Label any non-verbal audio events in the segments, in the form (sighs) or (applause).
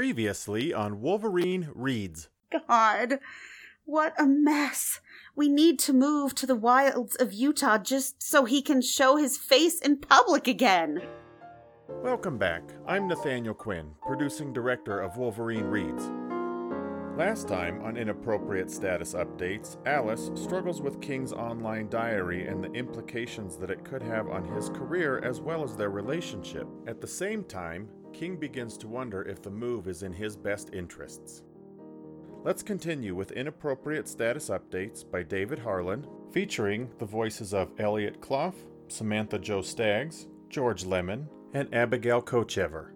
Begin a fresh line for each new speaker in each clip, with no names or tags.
Previously on Wolverine Reads.
God, what a mess. We need to move to the wilds of Utah just so he can show his face in public again.
Welcome back. I'm Nathaniel Quinn, producing director of Wolverine Reads. Last time on Inappropriate Status Updates, Alice struggles with King's online diary and the implications that it could have on his career as well as their relationship. At the same time, King begins to wonder if the move is in his best interests. Let's continue with Inappropriate Status Updates by David Harlan, featuring the voices of Elliot Clough, Samantha Joe Staggs, George Lemon, and Abigail Kochever.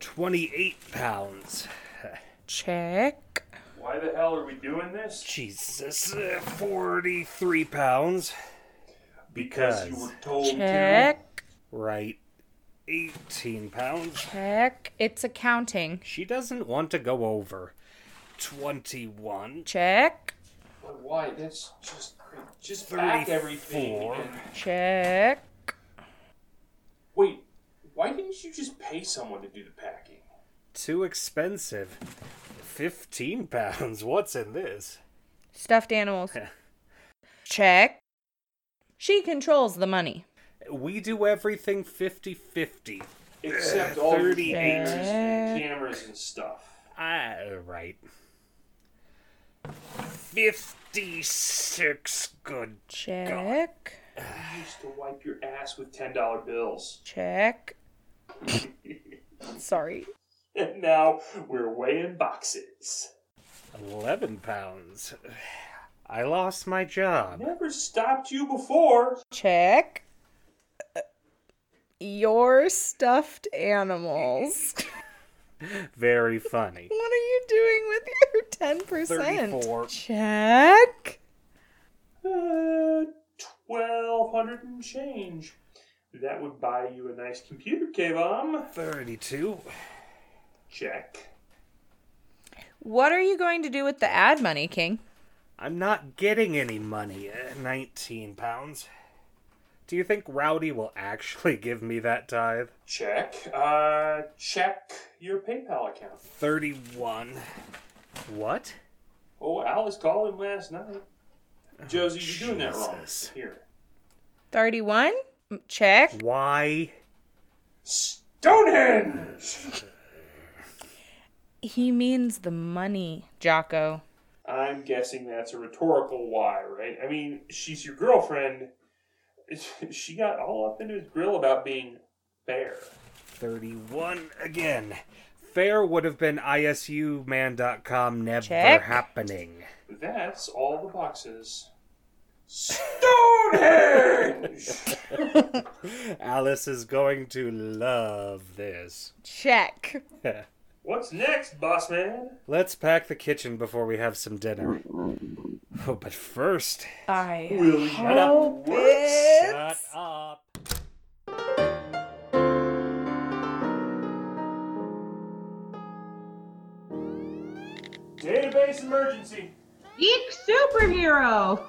Twenty-eight pounds.
Check.
Why the hell are we doing this?
Jesus, uh, forty-three pounds.
Because you were told to.
Check.
Right. Eighteen pounds.
Check. It's accounting.
She doesn't want to go over. Twenty-one.
Check.
But why? That's just crazy. Just back everything.
34.
and-
Check.
Wait, why didn't you just pay someone to do the packing?
Too expensive. Fifteen pounds. What's in this?
Stuffed animals. Check. She controls the money.
We do everything 50-50.
Except all the
38.
cameras and cameras and stuff.
Ah, right. Fifty-six. Good.
Check.
You used to wipe your ass with ten dollar bills, (laughs)
Check. Sorry.
and now we're weighing boxes.
11 pounds. I lost my job.
Never stopped you before.
Check. Your stuffed animals.
Very funny.
(laughs) What are you doing with your ten percent?
34.
Check.
Uh, Twelve hundred and change. That would buy you a nice computer, K-bomb.
32.
Check.
What are you going to do with the ad money, King?
I'm not getting any money. Uh, 19 pounds. Do you think Rowdy will actually (laughs) give me that tithe?
Check. Uh, check your PayPal account.
31. What?
Oh, Alice called him last night. Josie, you're doing that wrong.
Jesus.
Here.
31? Check.
Why?
Stonehenge!
He means the money, Jocko.
I'm guessing that's a rhetorical why, right? I mean, she's your girlfriend. (laughs) She got all up into his grill about being fair.
31 again. Fair would have been ISUman.com never
Check.
happening.
That's all the boxes. Stonehenge! (laughs)
Alice is going to love this.
Check.
What's next, boss man?
Let's pack the kitchen before we have some dinner. Oh, but first,
I
Will you shut up?
shut up.
Database emergency.
Geek superhero.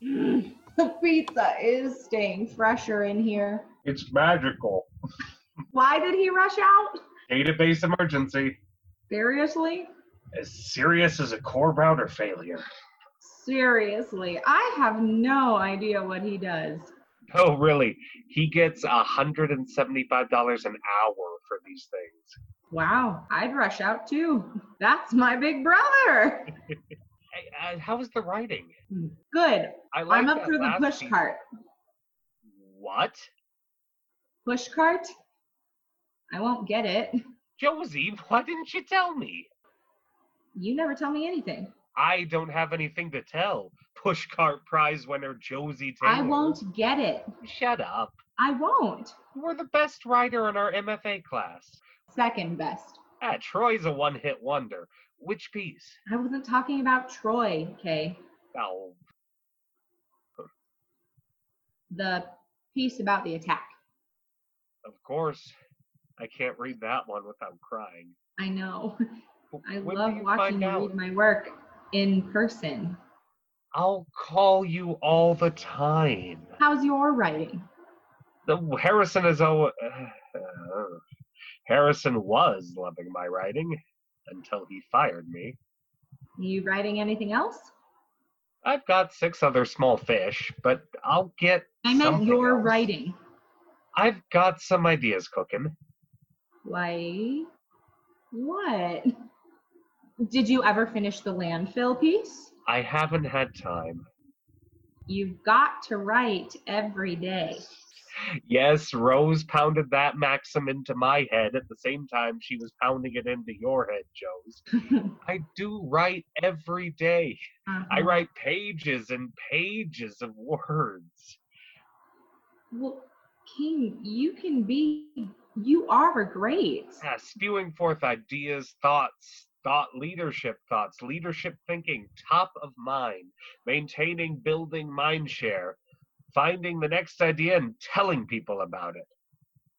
the pizza is staying fresher in here.
It's magical.
Why did he rush out?
Database emergency.
Seriously?
As serious as a core router failure.
Seriously, I have no idea what he does.
Oh, really? He gets $175 an hour for these things.
Wow, I'd rush out too. That's my big brother.
I, I, uh, how was the writing?
Good.
I
I'm
liked
up
that
for the
last
push
piece.
cart.
What?
Push cart? I won't get it.
Josie, why didn't you tell me?
You never tell me anything.
I don't have anything to tell. Pushcart prize winner Josie Taylor.
I won't get it.
Shut up.
I won't.
You were the best writer in our MFA class.
Second best.
Ah, Troy's a one hit wonder. Which piece?
I wasn't talking about Troy, Kay.
Oh,
the piece about the attack.
Of course, I can't read that one without crying.
I know. (laughs) I
When do
love
you
watching
find
you
out?
read my work in person.
I'll call you all the time.
How's your writing?
The Harrison is oh, (sighs) Harrison was loving my writing until he fired me.
You writing anything else?
I've got six other small fish, but I'll get.
I meant
something
your
else.
writing.
I've got some ideas cooking.
Like what? Did you ever finish the landfill piece?
I haven't had time.
You've got to write every day.
Yes, Rose pounded that maxim into my head at the same time she was pounding it into your head, Joe's. I do write every day. I
Uh-huh.
write pages and pages of words.
Well, King, you can be, you are great.
Yeah, ah, spewing forth ideas, thoughts, thought leadership thoughts, leadership thinking, top of mind, maintaining, building mind share, finding the next idea and telling people about it.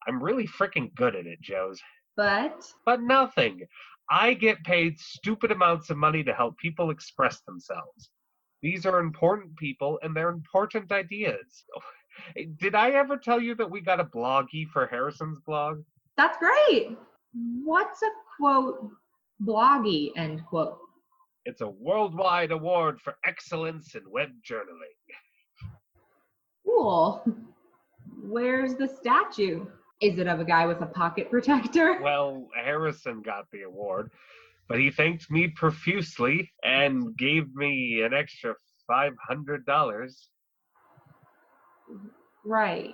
I'm really freaking good at it, Joe's.
But
but nothing. I get paid stupid amounts of money to help people express themselves. These are important people and they're important ideas. (laughs) Did I ever tell you that we got a bloggy for Harrison's blog?
that's great. What's a quote, bloggy end quote?
It's a worldwide award for excellence in web journaling.
Cool. Where's the statue? Is it of a guy with a pocket protector?
Well, Harrison got the award, but he thanked me profusely and gave me an extra $500.
Right.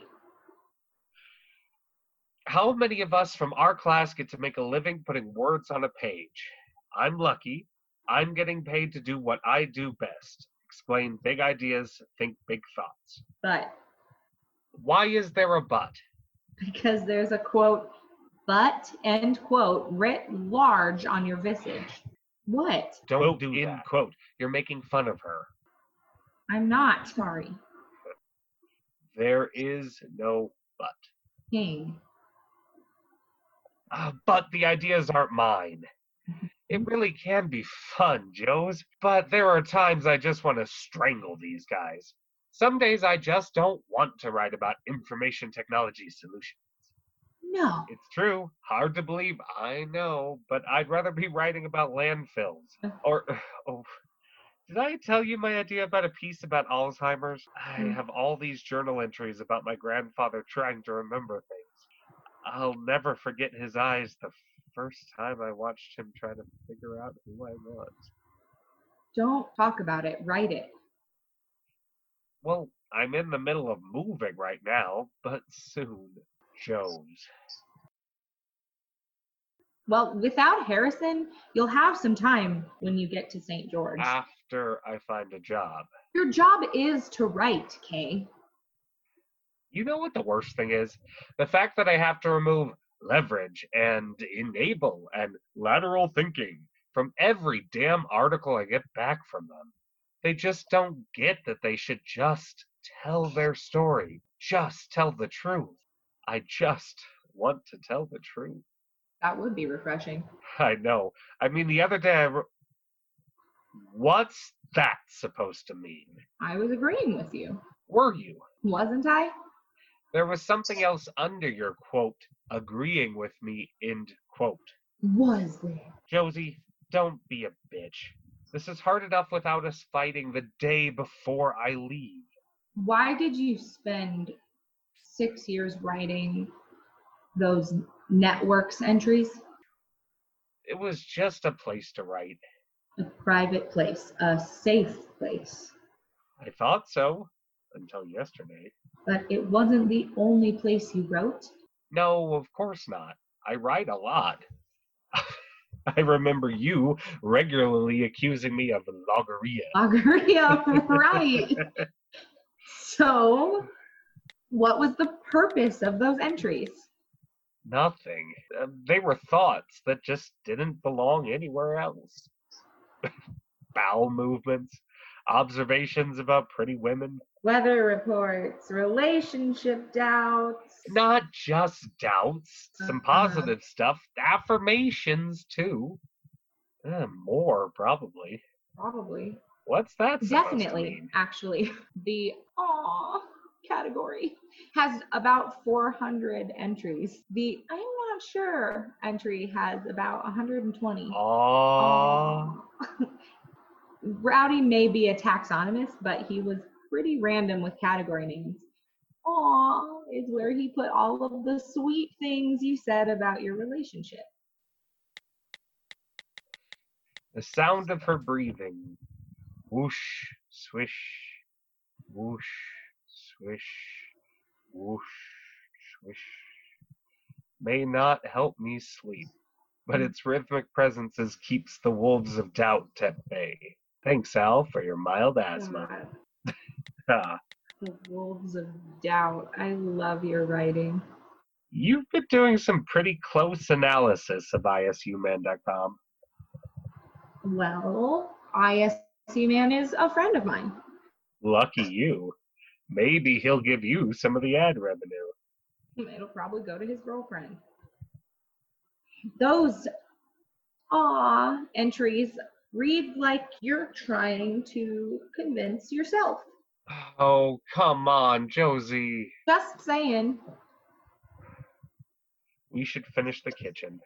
how many of us from our class get to make a living putting words on a page? I'm lucky. I'm getting paid to do what I do best explain big ideas, think big thoughts.
But
Why is there a but?
because there's a quote, but end quote writ large on your visage. What?
Don't
Quote,
do
in
in quote. You're making fun of her.
I'm not sorry,
There is no but.
King.
Ah, (sighs) but the ideas aren't mine. It really can be fun, Joe's, but there are times I just want to strangle these guys. Some days I just don't want to write about information technology solutions.
No.
It's true. Hard to believe, I know, but I'd rather be writing about landfills. Or, (sighs) oh, did I tell you my idea about a piece about Alzheimer's? I
Mm.
have all these journal entries about my grandfather trying to remember things. I'll never forget his eyes the first time I watched him try to figure out who I was.
Don't talk about it. Write it.
Well, I'm in the middle of moving right now, but soon. Jones.
Well, without Harrison, you'll have some time when you get to St. George.
Ah. After I find a job.
Your job is to write, Kay.
You know what the worst thing is? The fact that I have to remove leverage and enable and lateral thinking from every damn article I get back from them. They just don't get that they should just tell their story, just tell the truth. I just want to tell the truth.
That would be refreshing.
I know. I mean, the other day I wrote. What's that supposed to mean?
I was agreeing with you,
Were you?
wasn't I?
There was something else under your quote, agreeing with me, end quote.
Was there?
Josie, don't be a bitch. This is hard enough without us fighting the day before I leave.
Why did you spend six years writing those networks entries?
It was just a place to write.
A private place, a safe place.
I thought so until yesterday.
But it wasn't the only place you wrote. (laughs)
No, of course not. I write a lot. (laughs) I remember you regularly accusing me of logorrhea.
Logorrhea, right. So, what was the purpose of those entries?
Nothing. Uh, they were thoughts that just didn't belong anywhere else. (laughs) Bowel movements, observations about pretty women,
Weather reports, relationship doubts.
not just doubts, some
Uh-huh.
positive stuff, affirmations too. Uh, Eh, more, probably.
Probably.
What's that? supposed to
Definitely,
mean?
actually. (laughs) The aw category has about 400 entries. The I'm not sure entry has about 120.
Aw.
Aw. Um, (laughs) Rowdy may be a taxonomist, but he was pretty random with category names. Aw is where he put all of the sweet things you said about your relationship.
The sound of her breathing. Whoosh, swish, whoosh, swish, whoosh, swish. May not help me sleep, but its rhythmic presence is keeps the wolves of doubt at bay. Thanks, Al, for your mild asthma.
God,
(laughs) Ah,
the wolves of doubt. I love your writing.
You've been doing some pretty close analysis of ISUman.com.
Well, ISC man is a friend of mine.
Lucky you. Maybe he'll give you some of the ad revenue.
It'll probably go to his girlfriend. Those ah entries read like you're trying to convince yourself.
Oh, come on, Josie.
Just saying,
We should finish the kitchen.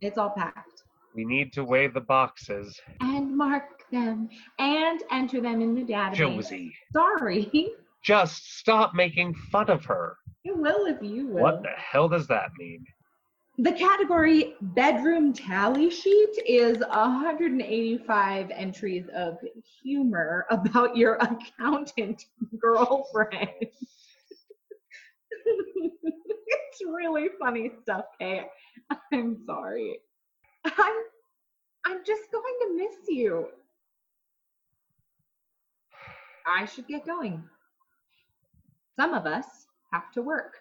it's all packed.
We need to weigh the boxes.
And mark them and enter them in the database.
Josie,
Sorry. (laughs)
just stop making fun of her.
You will if you will.
What the hell does that mean?
The category bedroom tally sheet is 185 entries of humor about your accountant girlfriend. (laughs) it's really funny stuff, Kay. I'm sorry. I'm I'm just going to miss you. I should get going. Some of us have to work.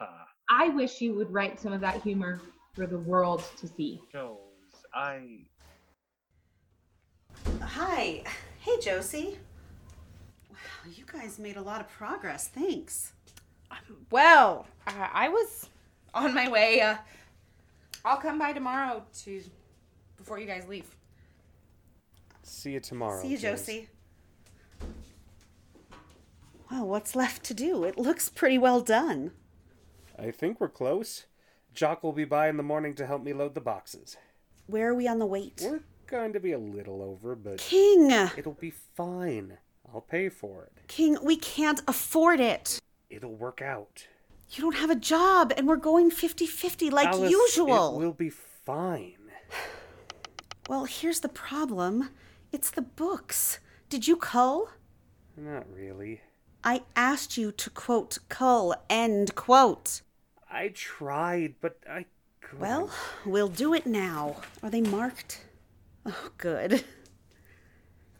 Ah,
I wish you would write some of that humor for the world to see.
Joes, I.
Hi. Hey, Josie. Wow, you guys made a lot of progress. Thanks.
Well, I, I was on my way. Uh, I'll come by tomorrow to before you guys leave.
See you tomorrow.
See you,
James.
Josie. Well, what's left to do? It looks pretty well done.
I think we're close. Jock will be by in the morning to help me load the boxes.
Where are we on the wait?
We're going to be a little over, but
King!
it'll be fine. I'll pay for it.
King, we can't afford it.
It'll work out.
You don't have a job, and we're going 50 50 like
Alice,
usual.
It will be fine.
Well, here's the problem it's the books. Did you cull?
Not really.
I asked you to quote cull, end quote.
I tried, but I couldn't.
Well, we'll do it now. Are they marked? Oh, good.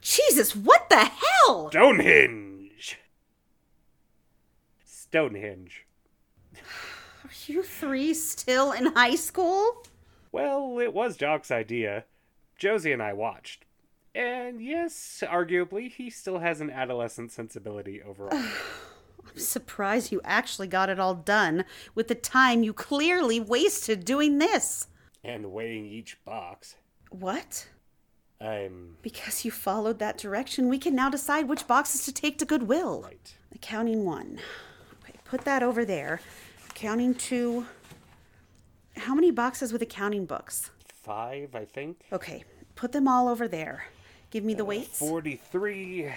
Jesus, what the hell?
Stonehenge. Stonehenge.
Are you three still in high school?
Well, it was Jock's idea. Josie and I watched. And yes, arguably, he still has an adolescent sensibility overall.
I'm surprised you actually got it all done with the time you clearly wasted doing this.
and weighing each box.
What?
I'm
Because you followed that direction, we can now decide which boxes to take to Goodwill.
right.
Accounting one. Okay, put that over there. Accounting two. How many boxes with accounting books?
Five, I think.
Okay, put them all over there. Give me the weights.
43,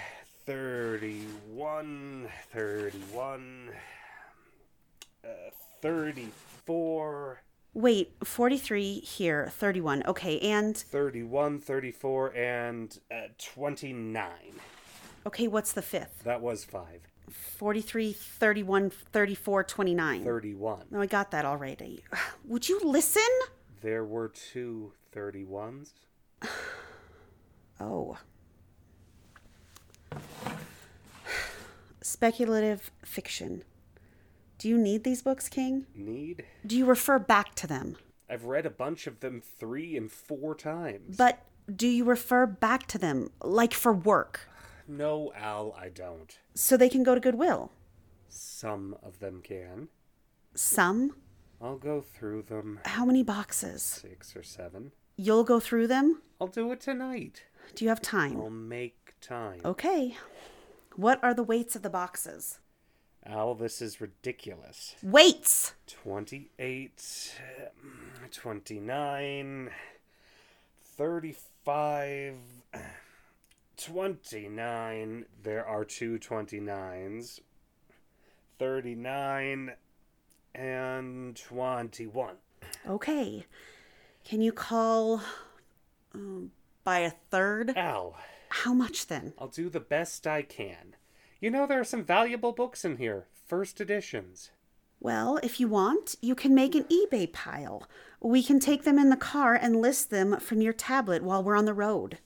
31, 31, uh, 34,
Wait, 43 here, 31. Okay, and
31, 34, and uh, 29.
okay, what's the fifth?
That was five.
43, 31, 34, 29.
31.
No, I got that already. Would you listen?
There were two 31s.
Oh. Speculative fiction. Do you need these books, King?
Need?
Do you refer back to them?
I've read a bunch of them three and four times.
But do you refer back to them, like for work,
no, Al, I don't.
so they can go to Goodwill?
Some of them can.
Some?
I'll go through them.
How many boxes?
Six or seven.
You'll go through them?
I'll do it tonight.
Do you have time?
I'll make time.
Okay. What are the weights of the boxes?
Al, this is ridiculous.
Weights!
28, 29, 35, 29. There are two 29s. 39 and 21.
Okay. Can you call um, by a third?
Al,
How much then?
I'll do the best I can. You know, there are some valuable books in here, first editions.
Well, if you want, you can make an eBay pile. We can take them in the car and list them from your tablet while we're on the road.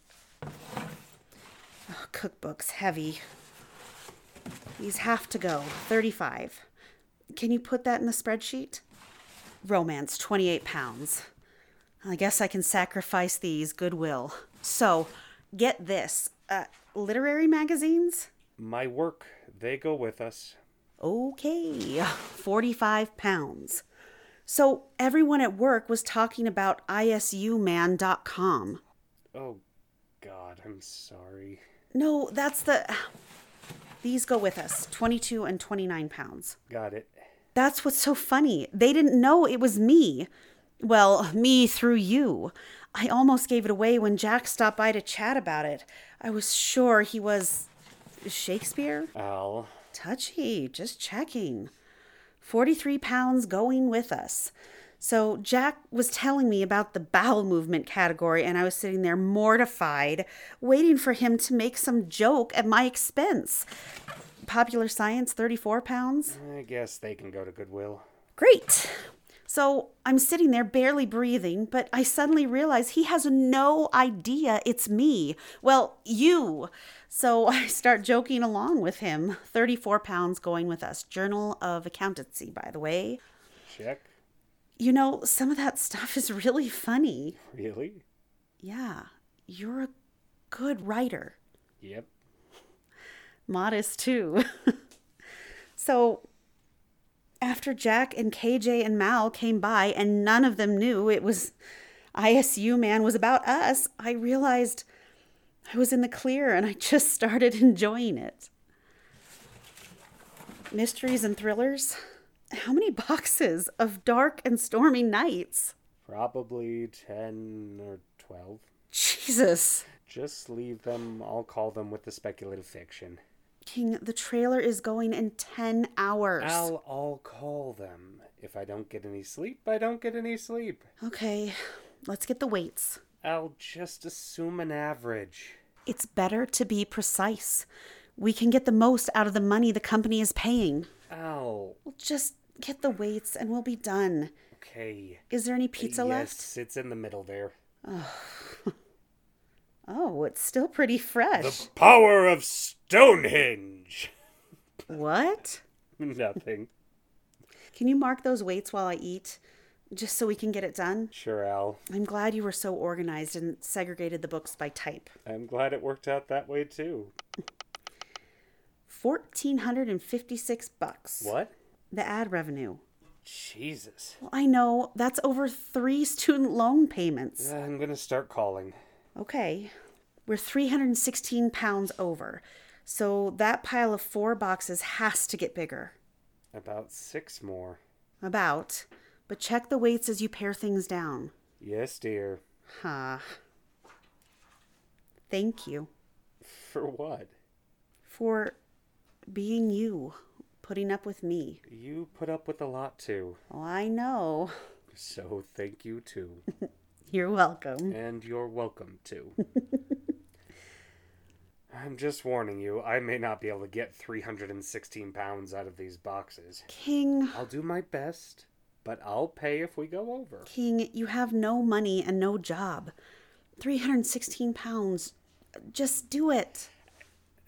Ugh, cookbook's heavy. These have to go. 35. Can you put that in the spreadsheet? Romance, 28 pounds. I guess I can sacrifice these, Goodwill. So, get this uh, literary magazines?
My work, they go with us.
Okay, 45 pounds. So everyone at work was talking about isuman.com.
Oh, God, I'm sorry.
No, that's the. These go with us 22 and 29 pounds.
Got it.
That's what's so funny. They didn't know it was me. Well, me through you. I almost gave it away when Jack stopped by to chat about it. I was sure he was. Shakespeare?
Al,
Touchy, just checking. 43 pounds going with us. So Jack was telling me about the bowel movement category, and I was sitting there mortified, waiting for him to make some joke at my expense. Popular science, 34 pounds.
I guess they can go to Goodwill.
Great. So I'm sitting there barely breathing, but I suddenly realize he has no idea it's me. Well, you. So (laughs) I start joking along with him. 34 pounds going with us. Journal of Accountancy, by the way.
Check.
You know, some of that stuff is really funny.
Really?
Yeah, you're a good writer.
Yep.
modest too. (laughs) so after Jack and KJ and Mal came by and none of them knew it was ISU man was about us, I realized I was in the clear and I just started (laughs) enjoying it. Mysteries and thrillers. How many boxes of dark and stormy nights?
Probably 10 or 12.
Jesus.
Just leave them. I'll call them with the speculative fiction.
King, the trailer is going in 10 hours.
Al, I'll call them. If I don't get any sleep, I don't get any sleep.
Okay, let's get the weights.
I'll just assume an average.
It's better to be precise. We can get the most out of the money the company is paying.
Al,
We'll just get the weights and we'll be done.
okay.
Is there any pizza
yes,
left?
it's in the middle there.
Oh, it's still pretty fresh.
The power of Stonehenge! (laughs)
(laughs) What?
Nothing.
Can you mark those weights while I eat? Just so we can get it done?
Sure, Al.
I'm glad you were so organized and segregated the books by type.
I'm glad it worked out that way, too.
1456 bucks.
What?
The ad revenue.
Jesus.
Well, I know that's over 3 student loan payments.
Uh, I'm gonna start calling.
Okay. We're 316 pounds over. So that pile of four boxes has to get bigger.
About six more.
About. But check the weights as you pare things down.
Yes, dear.
Huh. Thank you
For what?
for being you, putting up with me.
You put up with a lot, too.
Oh, I know.
So thank you, too.
You're welcome.
and you're welcome, too. I'm just warning you, I may not be able to get 316 pounds out of these boxes.
King,
I'll do my best, but I'll pay if we go over.
King, you have no money and no job. 316 pounds. Just do it.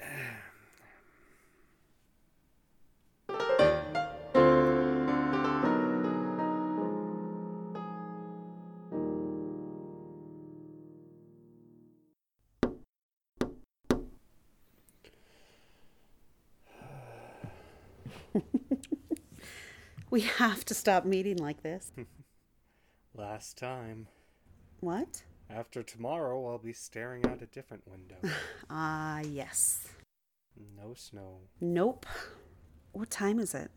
(sighs) We have to stop meeting like this.
Last time.
What?
After tomorrow, I'll be staring out a different window.
Ah, yes.
no snow.
Nope. What time is it?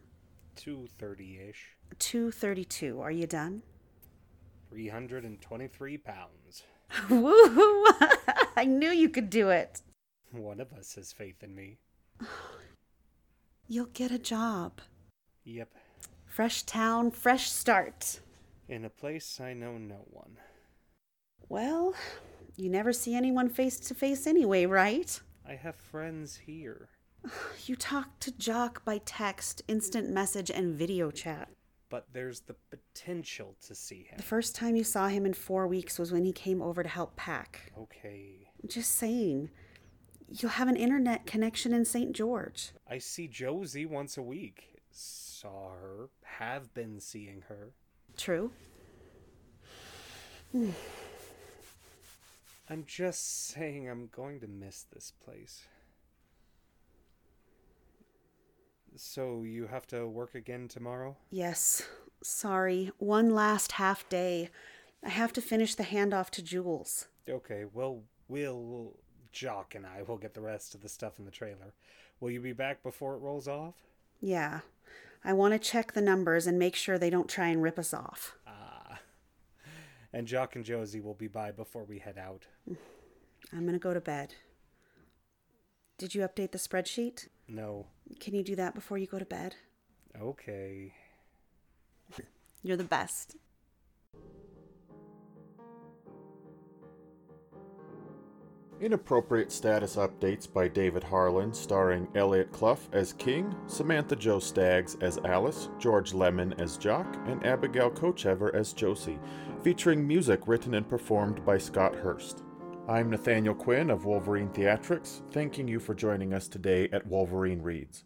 230 ish.
2:32. Are you done? (laughs)
323 pounds.
Woohoo! (laughs) I knew you could do it.
One of us has faith in me.
You'll get a job.
Yep.
Fresh town, fresh start.
In a place I know no one.
Well, you never see anyone face to face anyway, right?
I have friends here.
You talk to Jock by text, instant message, and video chat.
but there's the potential to see him.
The first time you saw him in four weeks was when he came over to help pack.
Okay.
Just saying, you'll have an internet connection in St. George.
I see Josie once a week. Saw her, have been seeing her.
True?
I'm just saying I'm going to miss this place. So you have to work again tomorrow?
Yes. Sorry, one last half day. I have to finish the handoff to Jules.
Okay, well, we'll. Jock and I will get the rest of the stuff in the trailer. Will you be back before it rolls off?
Yeah. I want to check the numbers and make sure they don't try and rip us off.
Ah. And Jock and Josie will be by before we head out.
I'm going to go to bed. Did you update the spreadsheet?
No.
Can you do that before you go to bed?
Okay.
You're the best.
Inappropriate Status Updates by David Harlan, starring Elliot Clough as King, Samantha Joe Staggs as Alice, George Lemon as Jock, and Abigail Kochever as Josie, featuring music written and performed by Scott Hurst. I'm Nathaniel Quinn of Wolverine Theatrics, thanking you for joining us today at Wolverine Reads.